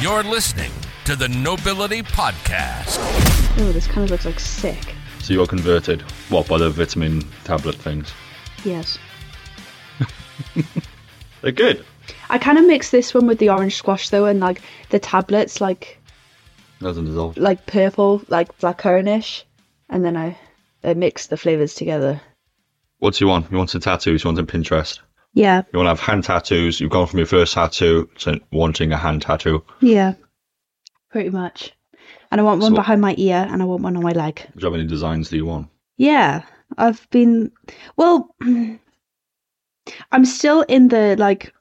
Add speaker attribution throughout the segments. Speaker 1: You're listening to the Nobility Podcast.
Speaker 2: Oh, this kind of looks like sick.
Speaker 3: So you're converted, what, by the vitamin tablet things?
Speaker 2: Yes.
Speaker 3: They're good.
Speaker 2: I kind of mix this one with the orange squash though, and like the tablets, like
Speaker 3: Doesn't dissolve.
Speaker 2: like purple, like blackcurrantish, and then I, I mix the flavors together.
Speaker 3: What do you want? You want some tattoos? You want some Pinterest?
Speaker 2: Yeah,
Speaker 3: You want to have hand tattoos? You've gone from your first tattoo to wanting a hand tattoo.
Speaker 2: yeah, pretty much. And I want one
Speaker 3: So-
Speaker 2: behind my ear, and I want one on my leg.
Speaker 3: Do you have any designs that you want?
Speaker 2: Yeah, I've been. Well, I'm still in the like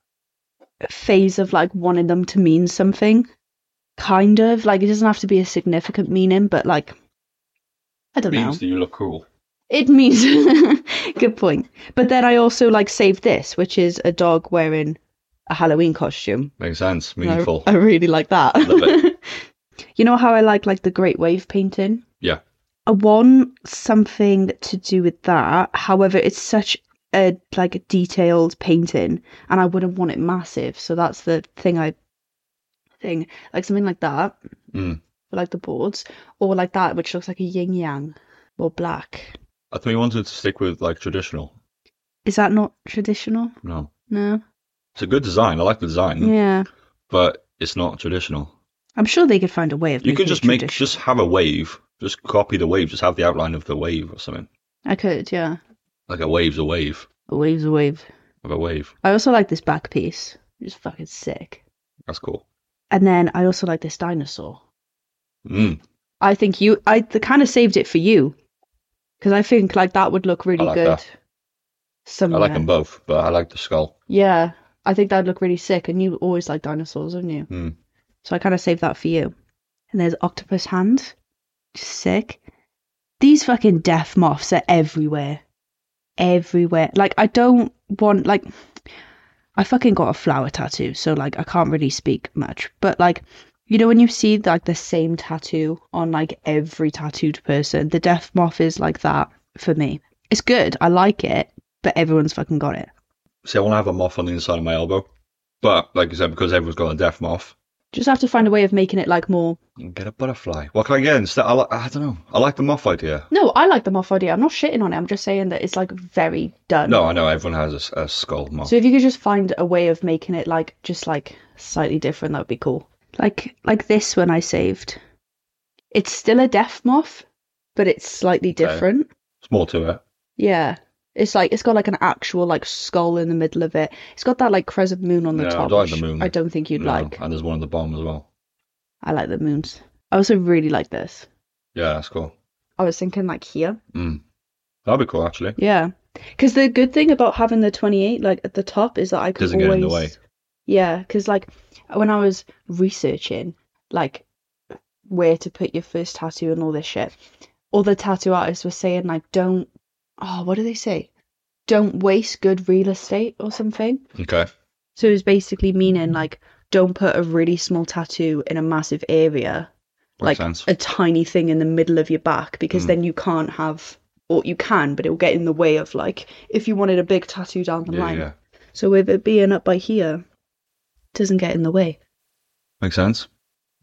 Speaker 2: phase of like wanting them to mean something, kind of. Like it doesn't have to be a significant meaning, but like I don't know.
Speaker 3: Means that you look cool.
Speaker 2: It means good point. But then I also like saved this, which is a dog wearing a Halloween costume.
Speaker 3: Makes sense.
Speaker 2: And I-
Speaker 3: Meaningful.
Speaker 2: I, really like that.
Speaker 3: Love it.
Speaker 2: you know how I like like the Great Wave painting?
Speaker 3: Yeah.
Speaker 2: I want something to do with that. However, it's such a like a detailed painting and I wouldn't want it massive. So that's the thing I thing. Like something like that.
Speaker 3: Mm.
Speaker 2: For like the boards. Or like that which looks like a yin yang or black.
Speaker 3: I thought you wanted to stick with like traditional.
Speaker 2: Is that not traditional?
Speaker 3: No.
Speaker 2: No.
Speaker 3: It's a good design. I like the design,
Speaker 2: Yeah.
Speaker 3: but it's not traditional.
Speaker 2: I'm sure they could find a way of
Speaker 3: You
Speaker 2: making
Speaker 3: could just
Speaker 2: it
Speaker 3: make,
Speaker 2: traditional.
Speaker 3: just have a wave. Just copy the wave. Just have the outline of the wave or something.
Speaker 2: I could, yeah.
Speaker 3: Like a wave's a wave
Speaker 2: A wave's a wave.
Speaker 3: of a wave.
Speaker 2: I also like this back piece. It's fucking sick.
Speaker 3: That's cool.
Speaker 2: And then I also like this dinosaur.
Speaker 3: Mm.
Speaker 2: I think you, I kind of saved it for you because I think like that would look really
Speaker 3: like
Speaker 2: good.
Speaker 3: that. I
Speaker 2: Somewhere.
Speaker 3: like them both, but I like the skull.
Speaker 2: Yeah, I think that'd look really sick. And you always like dinosaurs, haven't you?
Speaker 3: Mm.
Speaker 2: So I kind of saved that for you. And there's octopus hand, just sick. These fucking death moths are everywhere, everywhere. Like I don't want like I fucking got a flower tattoo, so like I can't really speak much. But like you know when you see like the same tattoo on like every tattooed person, the death moth is like that for me. It's good, I like it, but everyone's fucking got it.
Speaker 3: See, I want to have a moth on the inside of my elbow, but like I said, because everyone's got a deaf moth,
Speaker 2: Just have to find a way of making it like more.
Speaker 3: get a butterfly. What can I get instead? I, li- I don't know. I like the moth idea.
Speaker 2: No, I like the moth idea. I'm not shitting on it. I'm just saying that it's like very done.
Speaker 3: No, I know everyone has a s- a, skull moth.
Speaker 2: So if you could just find a way of making it like just like slightly different, that would be cool. Like like this one I saved. It's still a deaf moth, but it's slightly different.
Speaker 3: It's more to it.
Speaker 2: Yeah. It's like it's got like an actual like skull in the middle of it. It's got that like crescent moon on the
Speaker 3: No, I
Speaker 2: top.
Speaker 3: don't like the
Speaker 2: which
Speaker 3: moon.
Speaker 2: I don't think you'd
Speaker 3: No,
Speaker 2: like.
Speaker 3: And there's one on the bottom as well.
Speaker 2: I like the moons. I also really like this.
Speaker 3: Yeah, that's cool.
Speaker 2: I was thinking like here.
Speaker 3: Mm. That'd be cool actually.
Speaker 2: Yeah, because the good thing about having the 28 like at the top is that I can
Speaker 3: Doesn't
Speaker 2: always
Speaker 3: get in the way.
Speaker 2: Yeah, because like when I was researching like where to put your first tattoo and all this shit, all the tattoo artists were saying like don't oh what do they say? Don't waste good real estate or something.
Speaker 3: Okay.
Speaker 2: So it's basically meaning like don't put a really small tattoo in a massive area
Speaker 3: Makes
Speaker 2: like
Speaker 3: sense.
Speaker 2: a tiny thing in the middle of your back because
Speaker 3: Mm.
Speaker 2: then you can't have or you can but it will get in the way of like if you wanted a big tattoo down the
Speaker 3: Yeah,
Speaker 2: line
Speaker 3: yeah.
Speaker 2: so with it being up by here it doesn't get in the way
Speaker 3: Makes sense.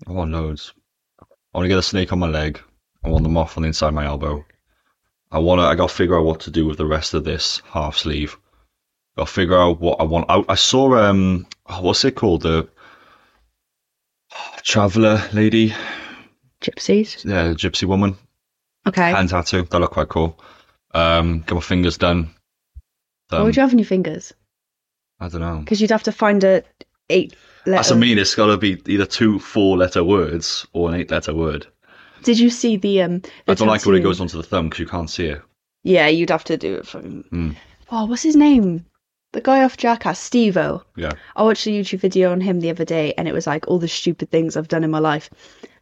Speaker 3: I want loads. I want to get a snake on my leg. I want the moth on the inside of my elbow. I want to. I got to figure out what to do with the rest of this half sleeve. Got to figure out what I want. I, I saw um, oh, what's it called? The traveler lady,
Speaker 2: gypsies
Speaker 3: yeah, the gypsy woman,
Speaker 2: okay
Speaker 3: hand tattoo. That looked quite cool. Um, got my fingers done.
Speaker 2: what
Speaker 3: Um,
Speaker 2: would you have on your fingers
Speaker 3: I don't know.
Speaker 2: because you'd have to find a eight letter
Speaker 3: That's what I mean. It's got to be either two four-letter words or an eight-letter word.
Speaker 2: did you see the um the
Speaker 3: I don't like when it
Speaker 2: tattoo?
Speaker 3: goes onto the thumb because you can't see it.
Speaker 2: yeah you'd have to do it from
Speaker 3: Mm.
Speaker 2: oh what's his name the guy off jackass stevo
Speaker 3: Yeah.
Speaker 2: I watched a YouTube video on him the other day, and it was like all the stupid things I've done in my life.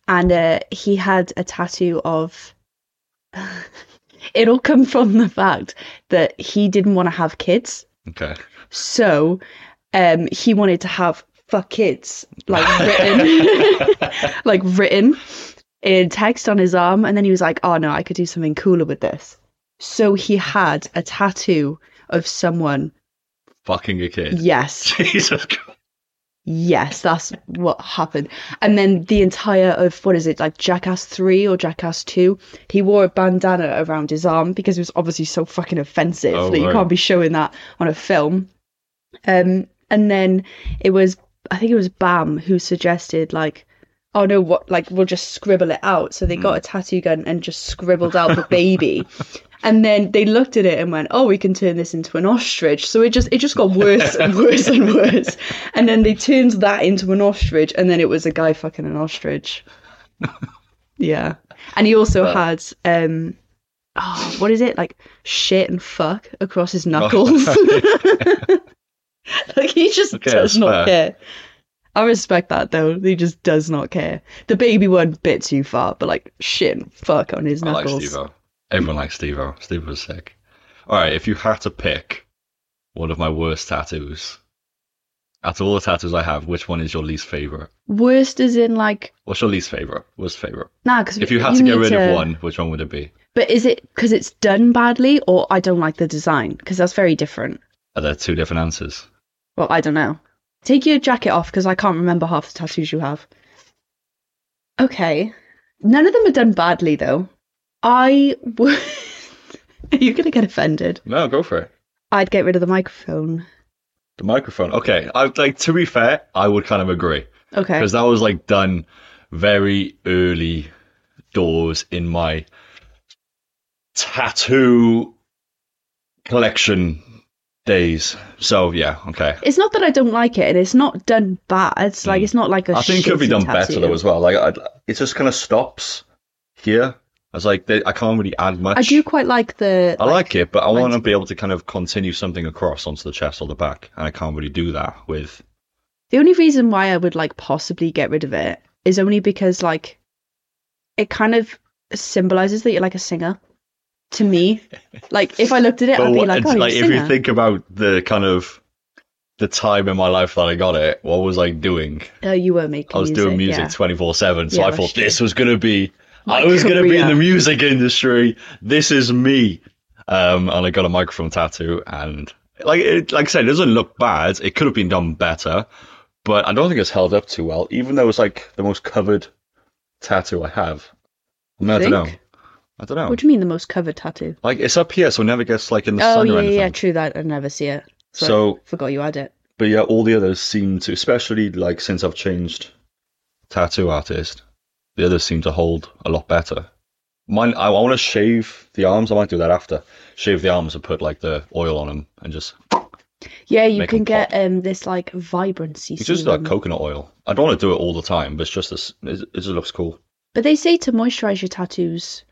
Speaker 2: And uh, he had a tattoo of. It'll come from the fact that he didn't want to have kids,
Speaker 3: Okay.
Speaker 2: so um, he wanted to have fuck kids, like written, like written in text on his arm. And then he was like, "Oh no, I could do something cooler with this." So he had a tattoo of someone.
Speaker 3: Fucking a kid.
Speaker 2: Yes.
Speaker 3: Jesus Christ.
Speaker 2: yes, that's what happened. And then the entire of what is it like Jackass three or Jackass two? He wore a bandana around his arm because it was obviously so fucking offensive
Speaker 3: Oh,
Speaker 2: that you
Speaker 3: right.
Speaker 2: can't be showing that on a film. Um, and then it was I think it was Bam who suggested like. Oh no! What like we'll just scribble it out. So they got
Speaker 3: Hmm.
Speaker 2: a tattoo gun and just scribbled out the baby, and then they looked at it and went, "Oh, we can turn this into an ostrich." So it just it just got worse and worse and worse. And then they turned that into an ostrich, and then it was a guy fucking an ostrich. yeah, and he also had um, oh, what is it like shit and fuck across his knuckles? like he just
Speaker 3: Oh, Okay,
Speaker 2: does
Speaker 3: that's
Speaker 2: not
Speaker 3: fair.
Speaker 2: care. I respect that though. He just does not care. The baby one bit too far, but like shit and fuck on his
Speaker 3: I like
Speaker 2: knuckles.
Speaker 3: Steve-O. Everyone likes Steve-O. Steve was sick. All right, if you had to pick one of my worst tattoos, out of all the tattoos I have, which one is your least favorite?
Speaker 2: Worst is in like
Speaker 3: What's your least favorite? Worst favorite?
Speaker 2: nah. Because
Speaker 3: If you had to get
Speaker 2: need
Speaker 3: rid
Speaker 2: to-
Speaker 3: of one, which one would it be?
Speaker 2: but is it because it's done badly, or I don't like the design? Because that's very different.
Speaker 3: Are there two different answers?
Speaker 2: Well, I don't know. Take your jacket off because I can't remember half the tattoos you have. Okay, none of them are done badly though. I would. are you gonna get offended?
Speaker 3: No, go for it.
Speaker 2: I'd get rid of the microphone.
Speaker 3: The microphone. Okay, I like to be fair, I would kind of agree.
Speaker 2: Okay.
Speaker 3: because that was like done very early doors in my tattoo collection days. So yeah, okay.
Speaker 2: It's not that I don't like it, and it's not done bad. It's like
Speaker 3: Mm.
Speaker 2: it's not like a.
Speaker 3: I think it could be
Speaker 2: shitty
Speaker 3: done
Speaker 2: tattoo.
Speaker 3: better though as well. Like I, it just kind of stops here. I was like, they, I can't really add much.
Speaker 2: I do quite like the.
Speaker 3: I like it, but I want to
Speaker 2: lines.
Speaker 3: be able to kind of continue something across onto the chest or the back, and I can't really do that with.
Speaker 2: The only reason why I would like possibly get rid of it is only because like it kind of symbolizes that you're like a singer to me. like if I looked at it, I'd be
Speaker 3: what-
Speaker 2: like, oh,
Speaker 3: it's
Speaker 2: you're
Speaker 3: like
Speaker 2: a
Speaker 3: if
Speaker 2: singer.
Speaker 3: you think about the kind of the time in my life that I got it, what was I doing?
Speaker 2: oh, you were making.
Speaker 3: I was doing music
Speaker 2: yeah.
Speaker 3: twenty four seven, so
Speaker 2: Yeah,
Speaker 3: I
Speaker 2: that's
Speaker 3: thought
Speaker 2: true.
Speaker 3: this was gonna be
Speaker 2: My
Speaker 3: I was gonna be in
Speaker 2: career.
Speaker 3: the music industry. This is me. Um, and I got a microphone tattoo, and like it, like I said, it doesn't look bad. It could have been done better, but I don't think it's held up too well. Even though it's like the most covered tattoo I have. I mean, I don't know.
Speaker 2: Think?
Speaker 3: I don't know.
Speaker 2: What do you mean the most covered tattoo?
Speaker 3: Like it's up here, so it never gets like in the
Speaker 2: Oh
Speaker 3: sun or
Speaker 2: yeah, yeah,
Speaker 3: anything.
Speaker 2: yeah, true that. I never see it. So,
Speaker 3: So-
Speaker 2: forgot you had it.
Speaker 3: But yeah, all the others seem to, especially like since I've changed tattoo artist, the others seem to hold a lot better. Mine, I, want to shave the arms. I might do that after. Shave the arms and put like the oil on them and just
Speaker 2: Yeah, you
Speaker 3: Make
Speaker 2: can
Speaker 3: 'em
Speaker 2: get um this like vibrancy.
Speaker 3: it's just
Speaker 2: serum.
Speaker 3: like coconut oil. I don't want to do it all the time, but it's just this. It, it just looks cool.
Speaker 2: But they say to moisturize your tattoos,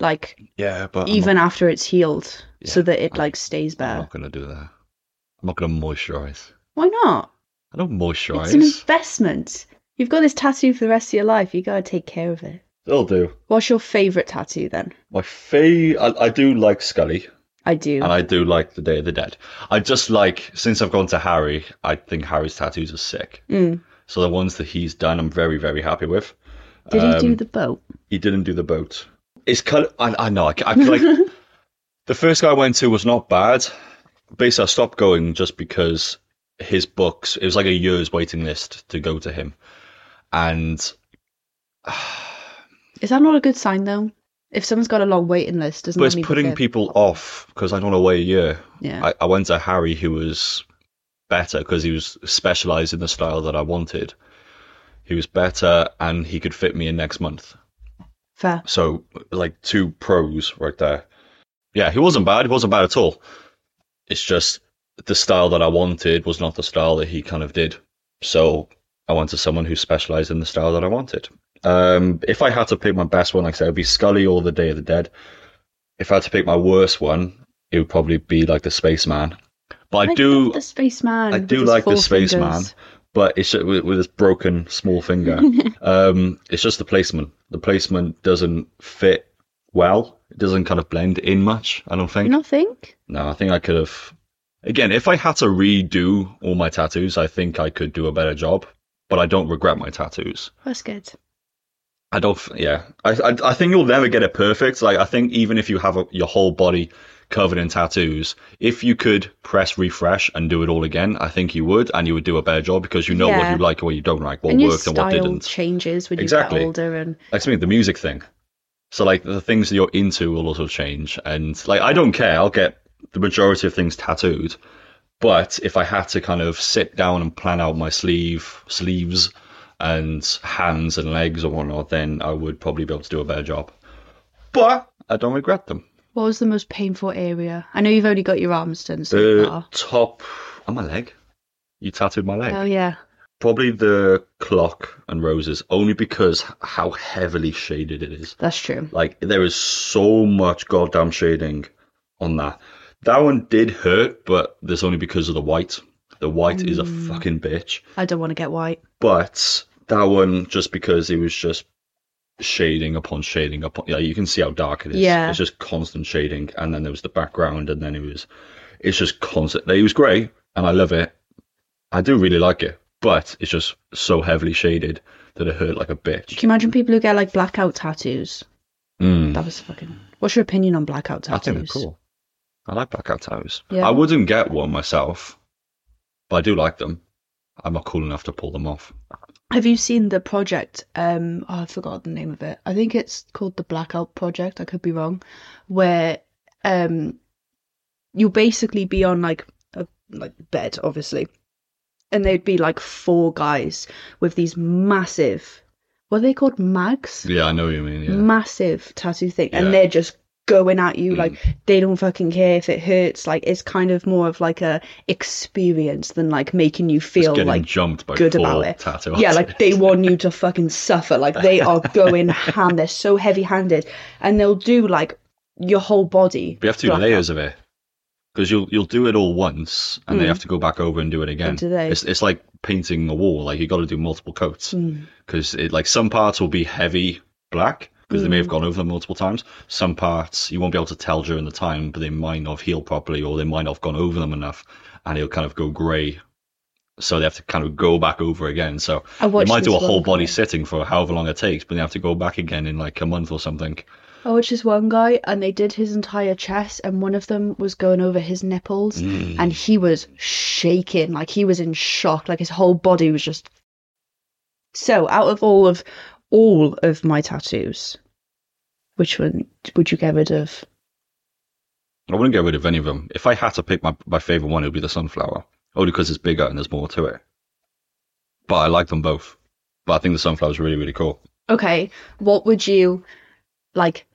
Speaker 2: like
Speaker 3: Yeah, but
Speaker 2: even after it's healed, so
Speaker 3: Yeah,
Speaker 2: that it
Speaker 3: I-
Speaker 2: like stays
Speaker 3: I'm not,
Speaker 2: there.
Speaker 3: gonna do that. I'm not gonna moisturize.
Speaker 2: Why not?
Speaker 3: I don't
Speaker 2: It's an
Speaker 3: moisturize.
Speaker 2: investment. You've got this tattoo for the rest of your life. You gotta take care of it.
Speaker 3: It'll do.
Speaker 2: What's your favorite tattoo then?
Speaker 3: My fav. I, I do like Scully.
Speaker 2: I do.
Speaker 3: And I do like the Day of the Dead. I just like since I've gone to Harry, I think Harry's tattoos are sick.
Speaker 2: Mm.
Speaker 3: So the ones that he's done, I'm very very happy with.
Speaker 2: Did he do
Speaker 3: Um,
Speaker 2: the boat?
Speaker 3: He didn't do the boat. It's kind of, I, I know. I, I like the first guy I went to was not bad. Basically, I stopped going just because his books. It was like a year's waiting list to go to him, and
Speaker 2: Is that not a good sign though? If someone's got a long waiting list, doesn't
Speaker 3: but
Speaker 2: that
Speaker 3: it's
Speaker 2: mean that
Speaker 3: putting
Speaker 2: they're-
Speaker 3: people off because I don't know why a year.
Speaker 2: Yeah.
Speaker 3: I, I went to Harry, who was better because he was specialized in the style that I wanted. He was better and he could fit me in next month.
Speaker 2: Fair.
Speaker 3: So, like, two pros right there. Yeah, he wasn't bad. He wasn't bad at all. It's just the style that I wanted was not the style that he kind of did. So, I went to someone who specialized in the style that I wanted. Um, if I had to pick my best one, like I said, it would be Scully or the Day of the Dead. If I had to pick my worst one, it would probably be like the Spaceman. But I do,
Speaker 2: love the spaceman.
Speaker 3: I
Speaker 2: with
Speaker 3: do
Speaker 2: his
Speaker 3: like the
Speaker 2: four
Speaker 3: Spaceman,
Speaker 2: fingers.
Speaker 3: but it's ju- with, with this broken small finger. um, it's just the placement. The placement doesn't fit well. It doesn't kind of blend in much. I don't
Speaker 2: Do
Speaker 3: think.
Speaker 2: you not think?
Speaker 3: No, I think I could have. Again, if I had to redo all my tattoos, I think I could do a better job. But I don't regret my tattoos.
Speaker 2: That's good.
Speaker 3: I don't. f- Yeah, I, I I think you'll never get it perfect. Like I think even if you have a, your whole body covered in tattoos. If you could press refresh and do it all again, I think you would, and you would do a better job because you know what
Speaker 2: Yeah.
Speaker 3: you like and what you don't like, what
Speaker 2: and your
Speaker 3: worked and
Speaker 2: style
Speaker 3: what didn't.
Speaker 2: changes when you
Speaker 3: Exactly.
Speaker 2: get older, and
Speaker 3: Like something the music thing. So like the things that you're into will also change, and like I don't care. I'll get the majority of things tattooed, but if I had to kind of sit down and plan out my sleeve sleeves and hands and legs and whatnot, then I would probably be able to do a better job. But I don't regret them.
Speaker 2: what was the most painful area? I know you've only got your arms done so
Speaker 3: The
Speaker 2: far.
Speaker 3: top on my leg. You tattooed my leg.
Speaker 2: Oh yeah,
Speaker 3: Probably the clock and roses, only because how heavily shaded it is.
Speaker 2: that's true.
Speaker 3: Like there is so much goddamn shading on that. That one did hurt, but that's only because of the white. The white is a
Speaker 2: Mm.
Speaker 3: fucking bitch.
Speaker 2: I don't want to get white.
Speaker 3: But that one just because it was just shading upon shading upon yeah, you can see how dark it is.
Speaker 2: Yeah.
Speaker 3: It's just constant shading and then there was the background and then it was it's just constant it was great and I love it. I do really like it, but it's just so heavily shaded that it hurt like a bitch.
Speaker 2: Can you imagine people who get like blackout tattoos?
Speaker 3: Mm.
Speaker 2: That was fucking. What's your opinion on blackout
Speaker 3: I
Speaker 2: tattoos?
Speaker 3: think they're cool. I like blackout tattoos.
Speaker 2: Yeah.
Speaker 3: I wouldn't get one myself, but I do like them. I'm not cool enough to pull them off.
Speaker 2: Have you seen the project? Um, oh, I forgot the name of it. I think it's called the Blackout Project. I could be wrong. Where um, you'll basically be on like a like bed, obviously, and there'd be like four guys with these massive, what are they called, mags?
Speaker 3: Yeah, I know what you mean. Yeah.
Speaker 2: Massive tattoo thing,
Speaker 3: Yeah. Mm.
Speaker 2: and they're just going at you like they don't fucking care if it hurts. Like it's kind of more of like a experience than like making you
Speaker 3: Just
Speaker 2: feel
Speaker 3: getting
Speaker 2: like
Speaker 3: jumped by
Speaker 2: good
Speaker 3: four
Speaker 2: about it.
Speaker 3: Tattoo
Speaker 2: yeah,
Speaker 3: artists.
Speaker 2: like they want you to fucking suffer. Like they are going ham. They're so heavy handed. And they'll do like your whole body.
Speaker 3: But you have to do
Speaker 2: black
Speaker 3: layers of it because you'll you'll do it all once and then you have to go back over and do it again.
Speaker 2: Hmm. And do they-
Speaker 3: It's it's like painting a wall. Like you got to do multiple coats
Speaker 2: Mm.
Speaker 3: because it like some parts will be heavy black because they may
Speaker 2: Hmm.
Speaker 3: have gone over them multiple times. Some parts you won't be able to tell during the time, but they might not have healed properly or they might not have gone over them enough, and it'll kind of go grey. So they have to kind of go back over again. So
Speaker 2: I
Speaker 3: they
Speaker 2: watched
Speaker 3: might do
Speaker 2: this
Speaker 3: a
Speaker 2: one
Speaker 3: whole body
Speaker 2: guy-
Speaker 3: sitting for however long it takes, but they have to go back again in like a month or something.
Speaker 2: I watched this one guy and they did his entire chest and one of them was going over his nipples and he was shaking. Like he was in shock. Like his whole body was just So out of all of all of my tattoos, which one would you get rid of?
Speaker 3: I wouldn't get rid of any of them. If I had to pick my, my favorite one, it would be the sunflower, only because it's bigger and there's more to it. But I like them both. But I think the sunflower's really, really cool.
Speaker 2: okay, what would you like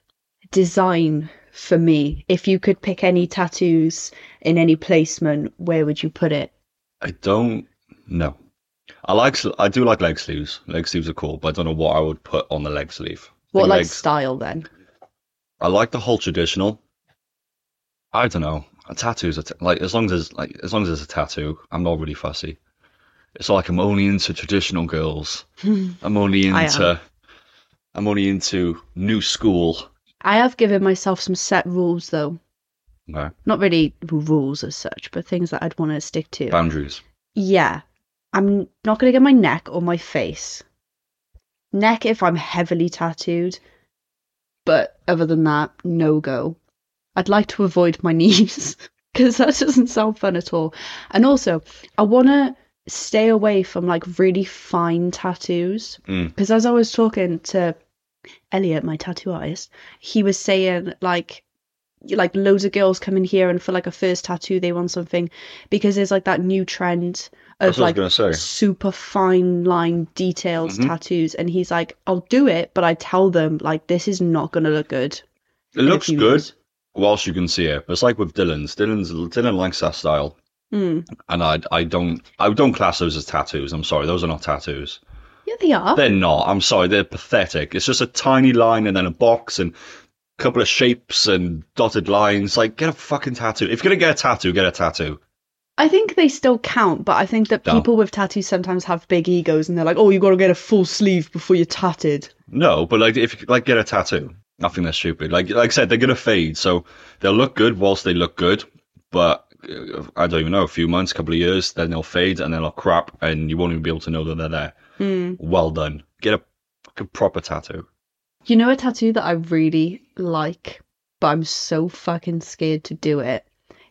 Speaker 2: design for me if you could pick any tattoos in any placement? Where would you put it?
Speaker 3: I don't know. I like sl- I do like leg sleeves. Leg sleeves are cool, but I don't know what I would put on the leg sleeve. I
Speaker 2: What
Speaker 3: think
Speaker 2: like
Speaker 3: legs-
Speaker 2: style then?
Speaker 3: I like the whole traditional. I don't know. Tattoos are t- like as long as there's like as long as there's a tattoo, I'm not really fussy. It's like I'm only into traditional girls. I'm only
Speaker 2: I am.
Speaker 3: into I'm only into new school.
Speaker 2: I have given myself some set rules though.
Speaker 3: No.
Speaker 2: Not really rules as such, but things that I'd want to stick to.
Speaker 3: Boundaries.
Speaker 2: Yeah. I'm not going to get my neck or my face. Neck if I'm heavily tattooed, but other than that, no go. I'd like to avoid my knees because that doesn't sound fun at all. And also, I want to stay away from like really fine tattoos
Speaker 3: Mm.
Speaker 2: because as I was talking to Elliot, my tattoo artist, he was saying like like loads of girls come in here and for like a first tattoo they want something because there's like that new trend of
Speaker 3: That's what
Speaker 2: like
Speaker 3: I was gonna say.
Speaker 2: super fine line details
Speaker 3: Mhm.
Speaker 2: tattoos and he's like I'll do it but I tell them like this is not going to look good.
Speaker 3: It looks
Speaker 2: you
Speaker 3: good
Speaker 2: use-
Speaker 3: whilst you can see it. But it's like with Dylan's. Dylan's Dylan likes that style.
Speaker 2: Mm.
Speaker 3: And I I don't I don't class those as tattoos. I'm sorry, those are not tattoos.
Speaker 2: Yeah they are.
Speaker 3: They're not. I'm sorry, they're pathetic. It's just a tiny line and then a box and a couple of shapes and dotted lines. Like get a fucking tattoo. If you're gonna get a tattoo, get a tattoo.
Speaker 2: I think they still count but I think that
Speaker 3: No.
Speaker 2: people with tattoos sometimes have big egos and they're like oh you got to get a full sleeve before you're tatted.
Speaker 3: No, but like if you like get a tattoo. I think that's stupid. Like like I said, they're gonna fade, so they'll look good whilst they look good, but uh, I don't even know, a few months, couple of years, then they'll fade and then they'll crap and you won't even be able to know that they're there.
Speaker 2: Mm.
Speaker 3: Well done. Get a fucking proper tattoo.
Speaker 2: You know a tattoo that I really like but I'm so fucking scared to do it.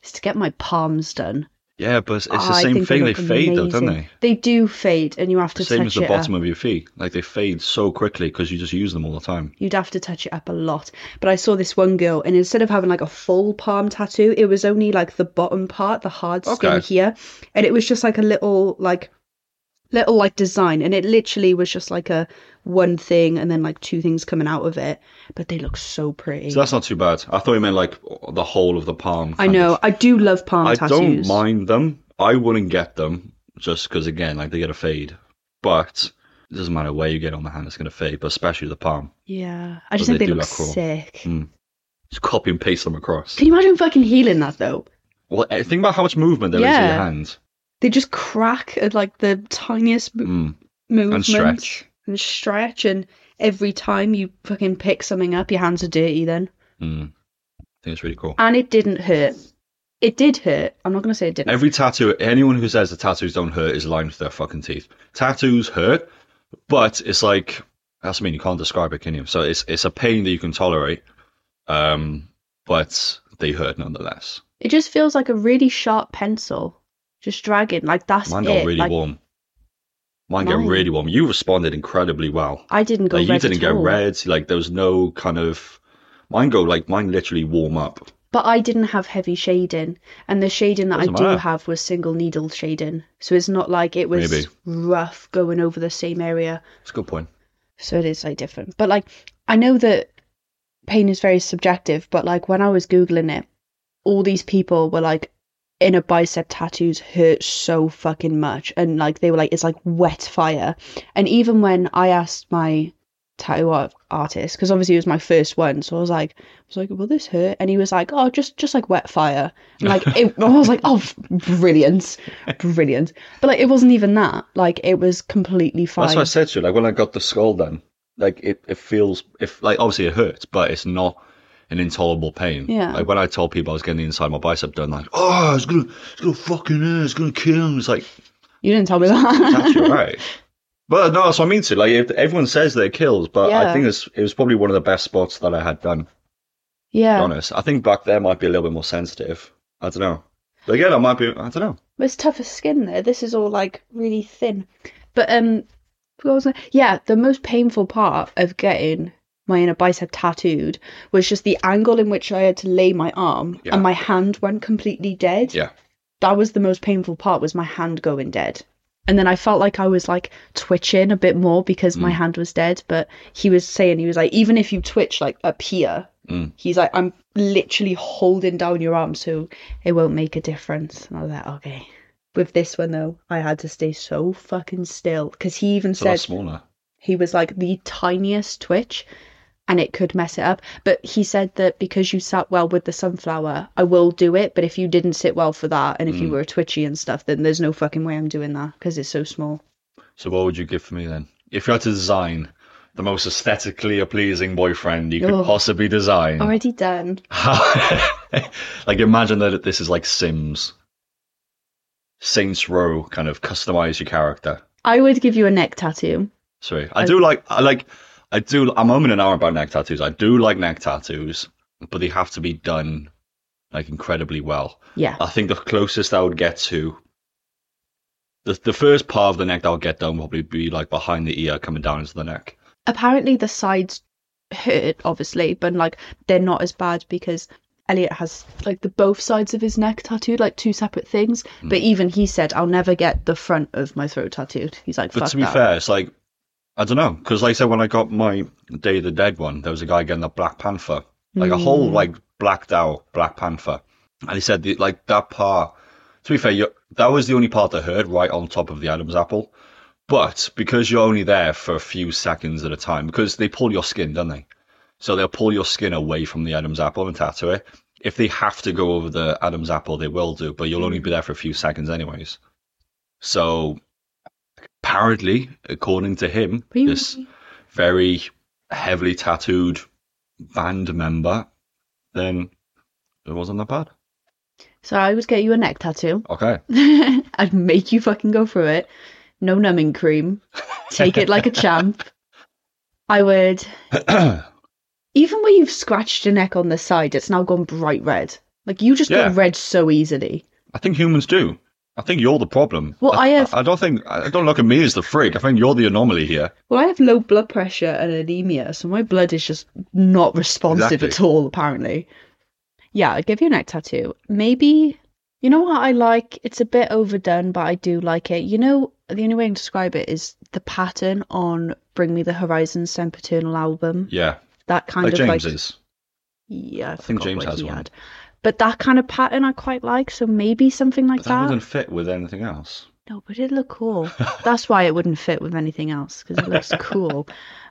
Speaker 2: Is to get my palms done.
Speaker 3: Yeah, but it's, it's
Speaker 2: Oh,
Speaker 3: the
Speaker 2: I
Speaker 3: same
Speaker 2: think
Speaker 3: thing.
Speaker 2: they
Speaker 3: They
Speaker 2: look
Speaker 3: fade though, don't
Speaker 2: amazing.
Speaker 3: they?
Speaker 2: They do fade, and you have to
Speaker 3: The same
Speaker 2: touch
Speaker 3: as the
Speaker 2: it
Speaker 3: bottom
Speaker 2: up.
Speaker 3: of your feet. Like they fade so quickly because you just use them all the time.
Speaker 2: You'd have to touch it up a lot. But I saw this one girl, and instead of having like a full palm tattoo, it was only like the bottom part, the hard
Speaker 3: Okay.
Speaker 2: skin here, and it was just like a little like little like design, and it literally was just like a one thing and then like two things coming out of it. But they look so pretty.
Speaker 3: So that's not too bad. I thought you meant like the whole of the palm.
Speaker 2: I
Speaker 3: kind
Speaker 2: know.
Speaker 3: of.
Speaker 2: I do love palm
Speaker 3: I
Speaker 2: tattoos.
Speaker 3: don't mind them. I wouldn't get them just because again, like they get a fade. But it doesn't matter where you get on the hand, it's gonna fade. But especially the palm.
Speaker 2: Yeah, I
Speaker 3: But
Speaker 2: just think
Speaker 3: they
Speaker 2: they
Speaker 3: do
Speaker 2: look
Speaker 3: look cool.
Speaker 2: sick.
Speaker 3: Mm. Just copy and paste them across.
Speaker 2: Can you imagine fucking healing that though?
Speaker 3: Well, eh, think about how much movement there is in
Speaker 2: Yeah.
Speaker 3: your hand.
Speaker 2: They just crack at like the tiniest mo-
Speaker 3: Mm.
Speaker 2: movement
Speaker 3: And stretch.
Speaker 2: and stretch, and every time you fucking pick something up, your hands are dirty then.
Speaker 3: Mm. I think it's really cool.
Speaker 2: And it didn't hurt. It did hurt. I'm not gonna say it didn't.
Speaker 3: Every tattoo, anyone who says the tattoos don't hurt is lying to their fucking teeth. Tattoos hurt, but it's like that's what I mean you can't describe it, can you? So it's it's a pain that you can tolerate, um, but they hurt nonetheless.
Speaker 2: it just feels like a really sharp pencil, just dragging. Like that's
Speaker 3: Mine
Speaker 2: it.
Speaker 3: got really
Speaker 2: like,
Speaker 3: warm. Mine, got
Speaker 2: Mine-
Speaker 3: really warm. You responded incredibly well.
Speaker 2: I didn't go
Speaker 3: Like,
Speaker 2: red
Speaker 3: you didn't
Speaker 2: at
Speaker 3: get
Speaker 2: all.
Speaker 3: red. Like there was no kind of mine go like mine literally warm up.
Speaker 2: But I didn't have heavy shading, and the shading that I
Speaker 3: Doesn't
Speaker 2: do
Speaker 3: matter.
Speaker 2: have was single needle shading, so it's not like it was
Speaker 3: Maybe.
Speaker 2: rough going over the same area.
Speaker 3: It's a good point.
Speaker 2: So it is like different. But like, I know that pain is very subjective, but like when I was googling it, all these people were like, inner bicep tattoos hurt so fucking much, and like they were like, it's like wet fire. And even when I asked my tattoo art- artist, because obviously it was my first one, so I was like, I was like, will this hurt? And he was like, oh, just just like wet fire. And like, it, I was like, oh, brilliant, brilliant. But like, it wasn't even that. Like, it was completely fine.
Speaker 3: That's what I said to you. Like when I got the skull done, like it, it feels if like obviously it hurts, but it's not an intolerable pain.
Speaker 2: Yeah.
Speaker 3: Like when I told people I was getting the inside of my bicep done, like, oh it's gonna it's gonna fucking hurt, it's gonna kill me. It's like
Speaker 2: You didn't tell me that.
Speaker 3: that's your right. But no, that's what I mean to. Like if everyone says that it kills, but
Speaker 2: Yeah.
Speaker 3: I think it's, it was probably one of the best spots that I had done, to be
Speaker 2: Yeah.
Speaker 3: honest. I think back there might be a little bit more sensitive. I don't know. But again, I might be I don't know.
Speaker 2: But it's tougher skin there. This is all like really thin. But um what was I- yeah, the most painful part of getting my inner bicep tattooed was just the angle in which I had to lay my arm
Speaker 3: Yeah.
Speaker 2: and my hand went completely dead.
Speaker 3: Yeah.
Speaker 2: That was the most painful part was my hand going dead. And then I felt like I was like twitching a bit more because my
Speaker 3: Mm.
Speaker 2: hand was dead. But he was saying he was like, even if you twitch like up here,
Speaker 3: Mm.
Speaker 2: he's like, I'm literally holding down your arm so it won't make a difference. And I was like, okay. With this one though, I had to stay so fucking still because he even
Speaker 3: So
Speaker 2: said
Speaker 3: that's smaller.
Speaker 2: he was like the tiniest twitch and it could mess it up. But he said that because you sat well with the sunflower, I will do it. But if you didn't sit well for that and if you
Speaker 3: Mm.
Speaker 2: were twitchy and stuff, then there's no fucking way I'm doing that because it's so small.
Speaker 3: So what would you give for me then? If you had to design the most aesthetically pleasing boyfriend you could
Speaker 2: Oh.
Speaker 3: possibly design,
Speaker 2: Already done.
Speaker 3: like imagine that this is like Sims, Saints Row kind of customize your character.
Speaker 2: I would give you a neck tattoo.
Speaker 3: Sorry, I
Speaker 2: I-
Speaker 3: do like I like I do. I'm umming and ahhing about neck tattoos. I do like neck tattoos, but they have to be done like incredibly well.
Speaker 2: Yeah.
Speaker 3: I think the closest I would get to the the first part of the neck that I'll get done would probably be like behind the ear coming down into the neck.
Speaker 2: Apparently the sides hurt, obviously, but like they're not as bad because Elliot has like the both sides of his neck tattooed, like two separate things. But
Speaker 3: Mm.
Speaker 2: even he said, I'll never get the front of my throat tattooed. He's like,
Speaker 3: But
Speaker 2: fuck
Speaker 3: to be
Speaker 2: that.
Speaker 3: fair, it's like I don't know because, like I said, when I got my Day of the Dead one, there was a guy getting a Black Panther, like a
Speaker 2: Mm.
Speaker 3: whole like blacked out Black Panther, and he said the, like that part. To be fair, you that was the only part that hurt, right on top of the Adam's apple. But because you're only there for a few seconds at a time, because they pull your skin, don't they? So they'll pull your skin away from the Adam's apple and tattoo it. If they have to go over the Adam's apple, they will do, but you'll only be there for a few seconds, anyways. So apparently, according to him,
Speaker 2: But you-
Speaker 3: this very heavily tattooed band member, then it wasn't that bad.
Speaker 2: So I would get you a neck tattoo.
Speaker 3: Okay.
Speaker 2: I'd make you fucking go through it. No numbing cream. Take it like a champ. I would Even where you've scratched your neck on the side, it's now gone bright red. Like you just
Speaker 3: Yeah.
Speaker 2: get red so easily.
Speaker 3: I think humans do. I think you're the problem.
Speaker 2: Well, I have-
Speaker 3: I don't think. I don't look at me as the freak. I think you're the anomaly here.
Speaker 2: Well, I have low blood pressure and anemia, so my blood is just not responsive
Speaker 3: Exactly.
Speaker 2: at all, apparently. Yeah, I'd give you a neck tattoo. Maybe, you know what I like? It's a bit overdone, but I do like it. You know, the only way I can describe it is the pattern on Bring Me the Horizon Sempiternal album.
Speaker 3: Yeah,
Speaker 2: That kind
Speaker 3: like
Speaker 2: of
Speaker 3: James
Speaker 2: like.
Speaker 3: is.
Speaker 2: Yeah, I,
Speaker 3: think
Speaker 2: forgot
Speaker 3: James
Speaker 2: what
Speaker 3: has
Speaker 2: he
Speaker 3: one.
Speaker 2: had. But that kind of pattern I quite like, so maybe something like
Speaker 3: But that wouldn't fit with anything else.
Speaker 2: no, Oh, but it looked cool. That's why it wouldn't fit with anything else because it looks cool.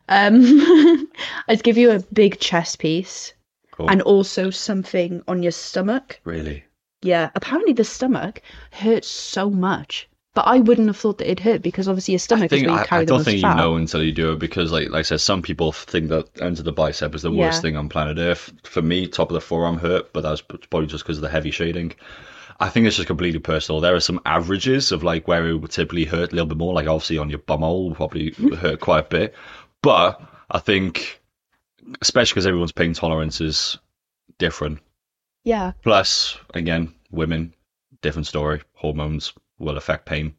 Speaker 2: Um, I'd give you a big chest piece
Speaker 3: Cool.
Speaker 2: and also something on your stomach.
Speaker 3: Really?
Speaker 2: Yeah, apparently the stomach hurts so much, but I wouldn't have thought that it hurt because obviously your
Speaker 3: I
Speaker 2: stomach is
Speaker 3: think
Speaker 2: where
Speaker 3: I,
Speaker 2: you carry
Speaker 3: I
Speaker 2: the
Speaker 3: don't
Speaker 2: most
Speaker 3: think
Speaker 2: fat.
Speaker 3: you know until you do it because, like, like I said, some people think that under the bicep is the
Speaker 2: Yeah.
Speaker 3: worst thing on planet Earth. For me, top of the forearm hurt, but that's probably just because of the heavy shading. I think it's just completely personal. There are some averages of like where it would typically hurt a little bit more. Like obviously on your bumhole would probably
Speaker 2: Mm-hmm.
Speaker 3: hurt quite a bit, but I think especially because everyone's pain tolerance is different.
Speaker 2: Yeah,
Speaker 3: Plus, again, women, different story. Hormones will affect pain.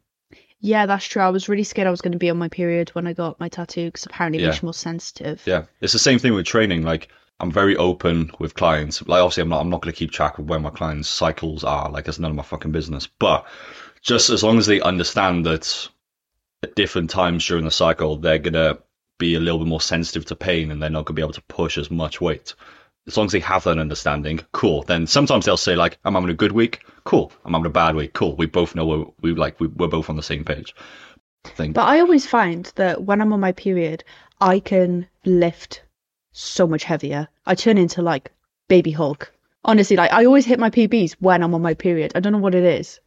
Speaker 2: yeah, that's true. I was really scared I was going to be on my period when I got my tattoo because apparently it
Speaker 3: Yeah.
Speaker 2: makes you more sensitive.
Speaker 3: Yeah, it's the same thing with training. Like I'm very open with clients. Like obviously, I'm not. I'm not going to keep track of where my clients' cycles are. Like it's none of my fucking business. But just as long as they understand that at different times during the cycle, they're gonna be a little bit more sensitive to pain, and they're not gonna be able to push as much weight. As long as they have that understanding, cool. Then sometimes they'll say like, "I'm having a good week, cool. I'm having a bad week, cool." We both know we're, we like we, we're both on the same page. I think.
Speaker 2: But I always find that when I'm on my period, I can lift so much heavier. I turn into like baby Hulk. Honestly, like I always hit my PBs when I'm on my period. I don't know what it is.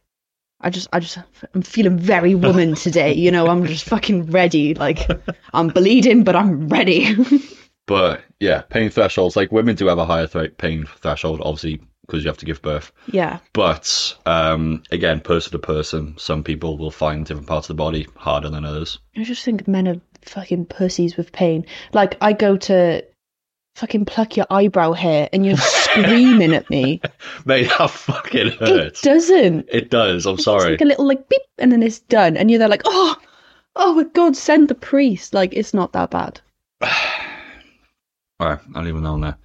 Speaker 2: I just, I just, I'm feeling very woman today. You know, I'm just fucking ready. Like I'm bleeding, but I'm ready.
Speaker 3: But yeah, pain thresholds. Like women do have a higher th- pain threshold, obviously, because you have to give birth.
Speaker 2: yeah.
Speaker 3: But um, again, person to person, some people will find different parts of the body harder than others.
Speaker 2: I just think men are fucking pussies with pain. Like I go to fucking pluck your eyebrow hair and you're screaming at me.
Speaker 3: Mate, that fucking
Speaker 2: It
Speaker 3: hurts.
Speaker 2: doesn't.
Speaker 3: It does. I'm
Speaker 2: It's
Speaker 3: sorry.
Speaker 2: like a little like beep, and then it's done, and you're there like, oh, oh my god, send the priest. Like it's not that bad.
Speaker 3: All right, I'll leave it on there.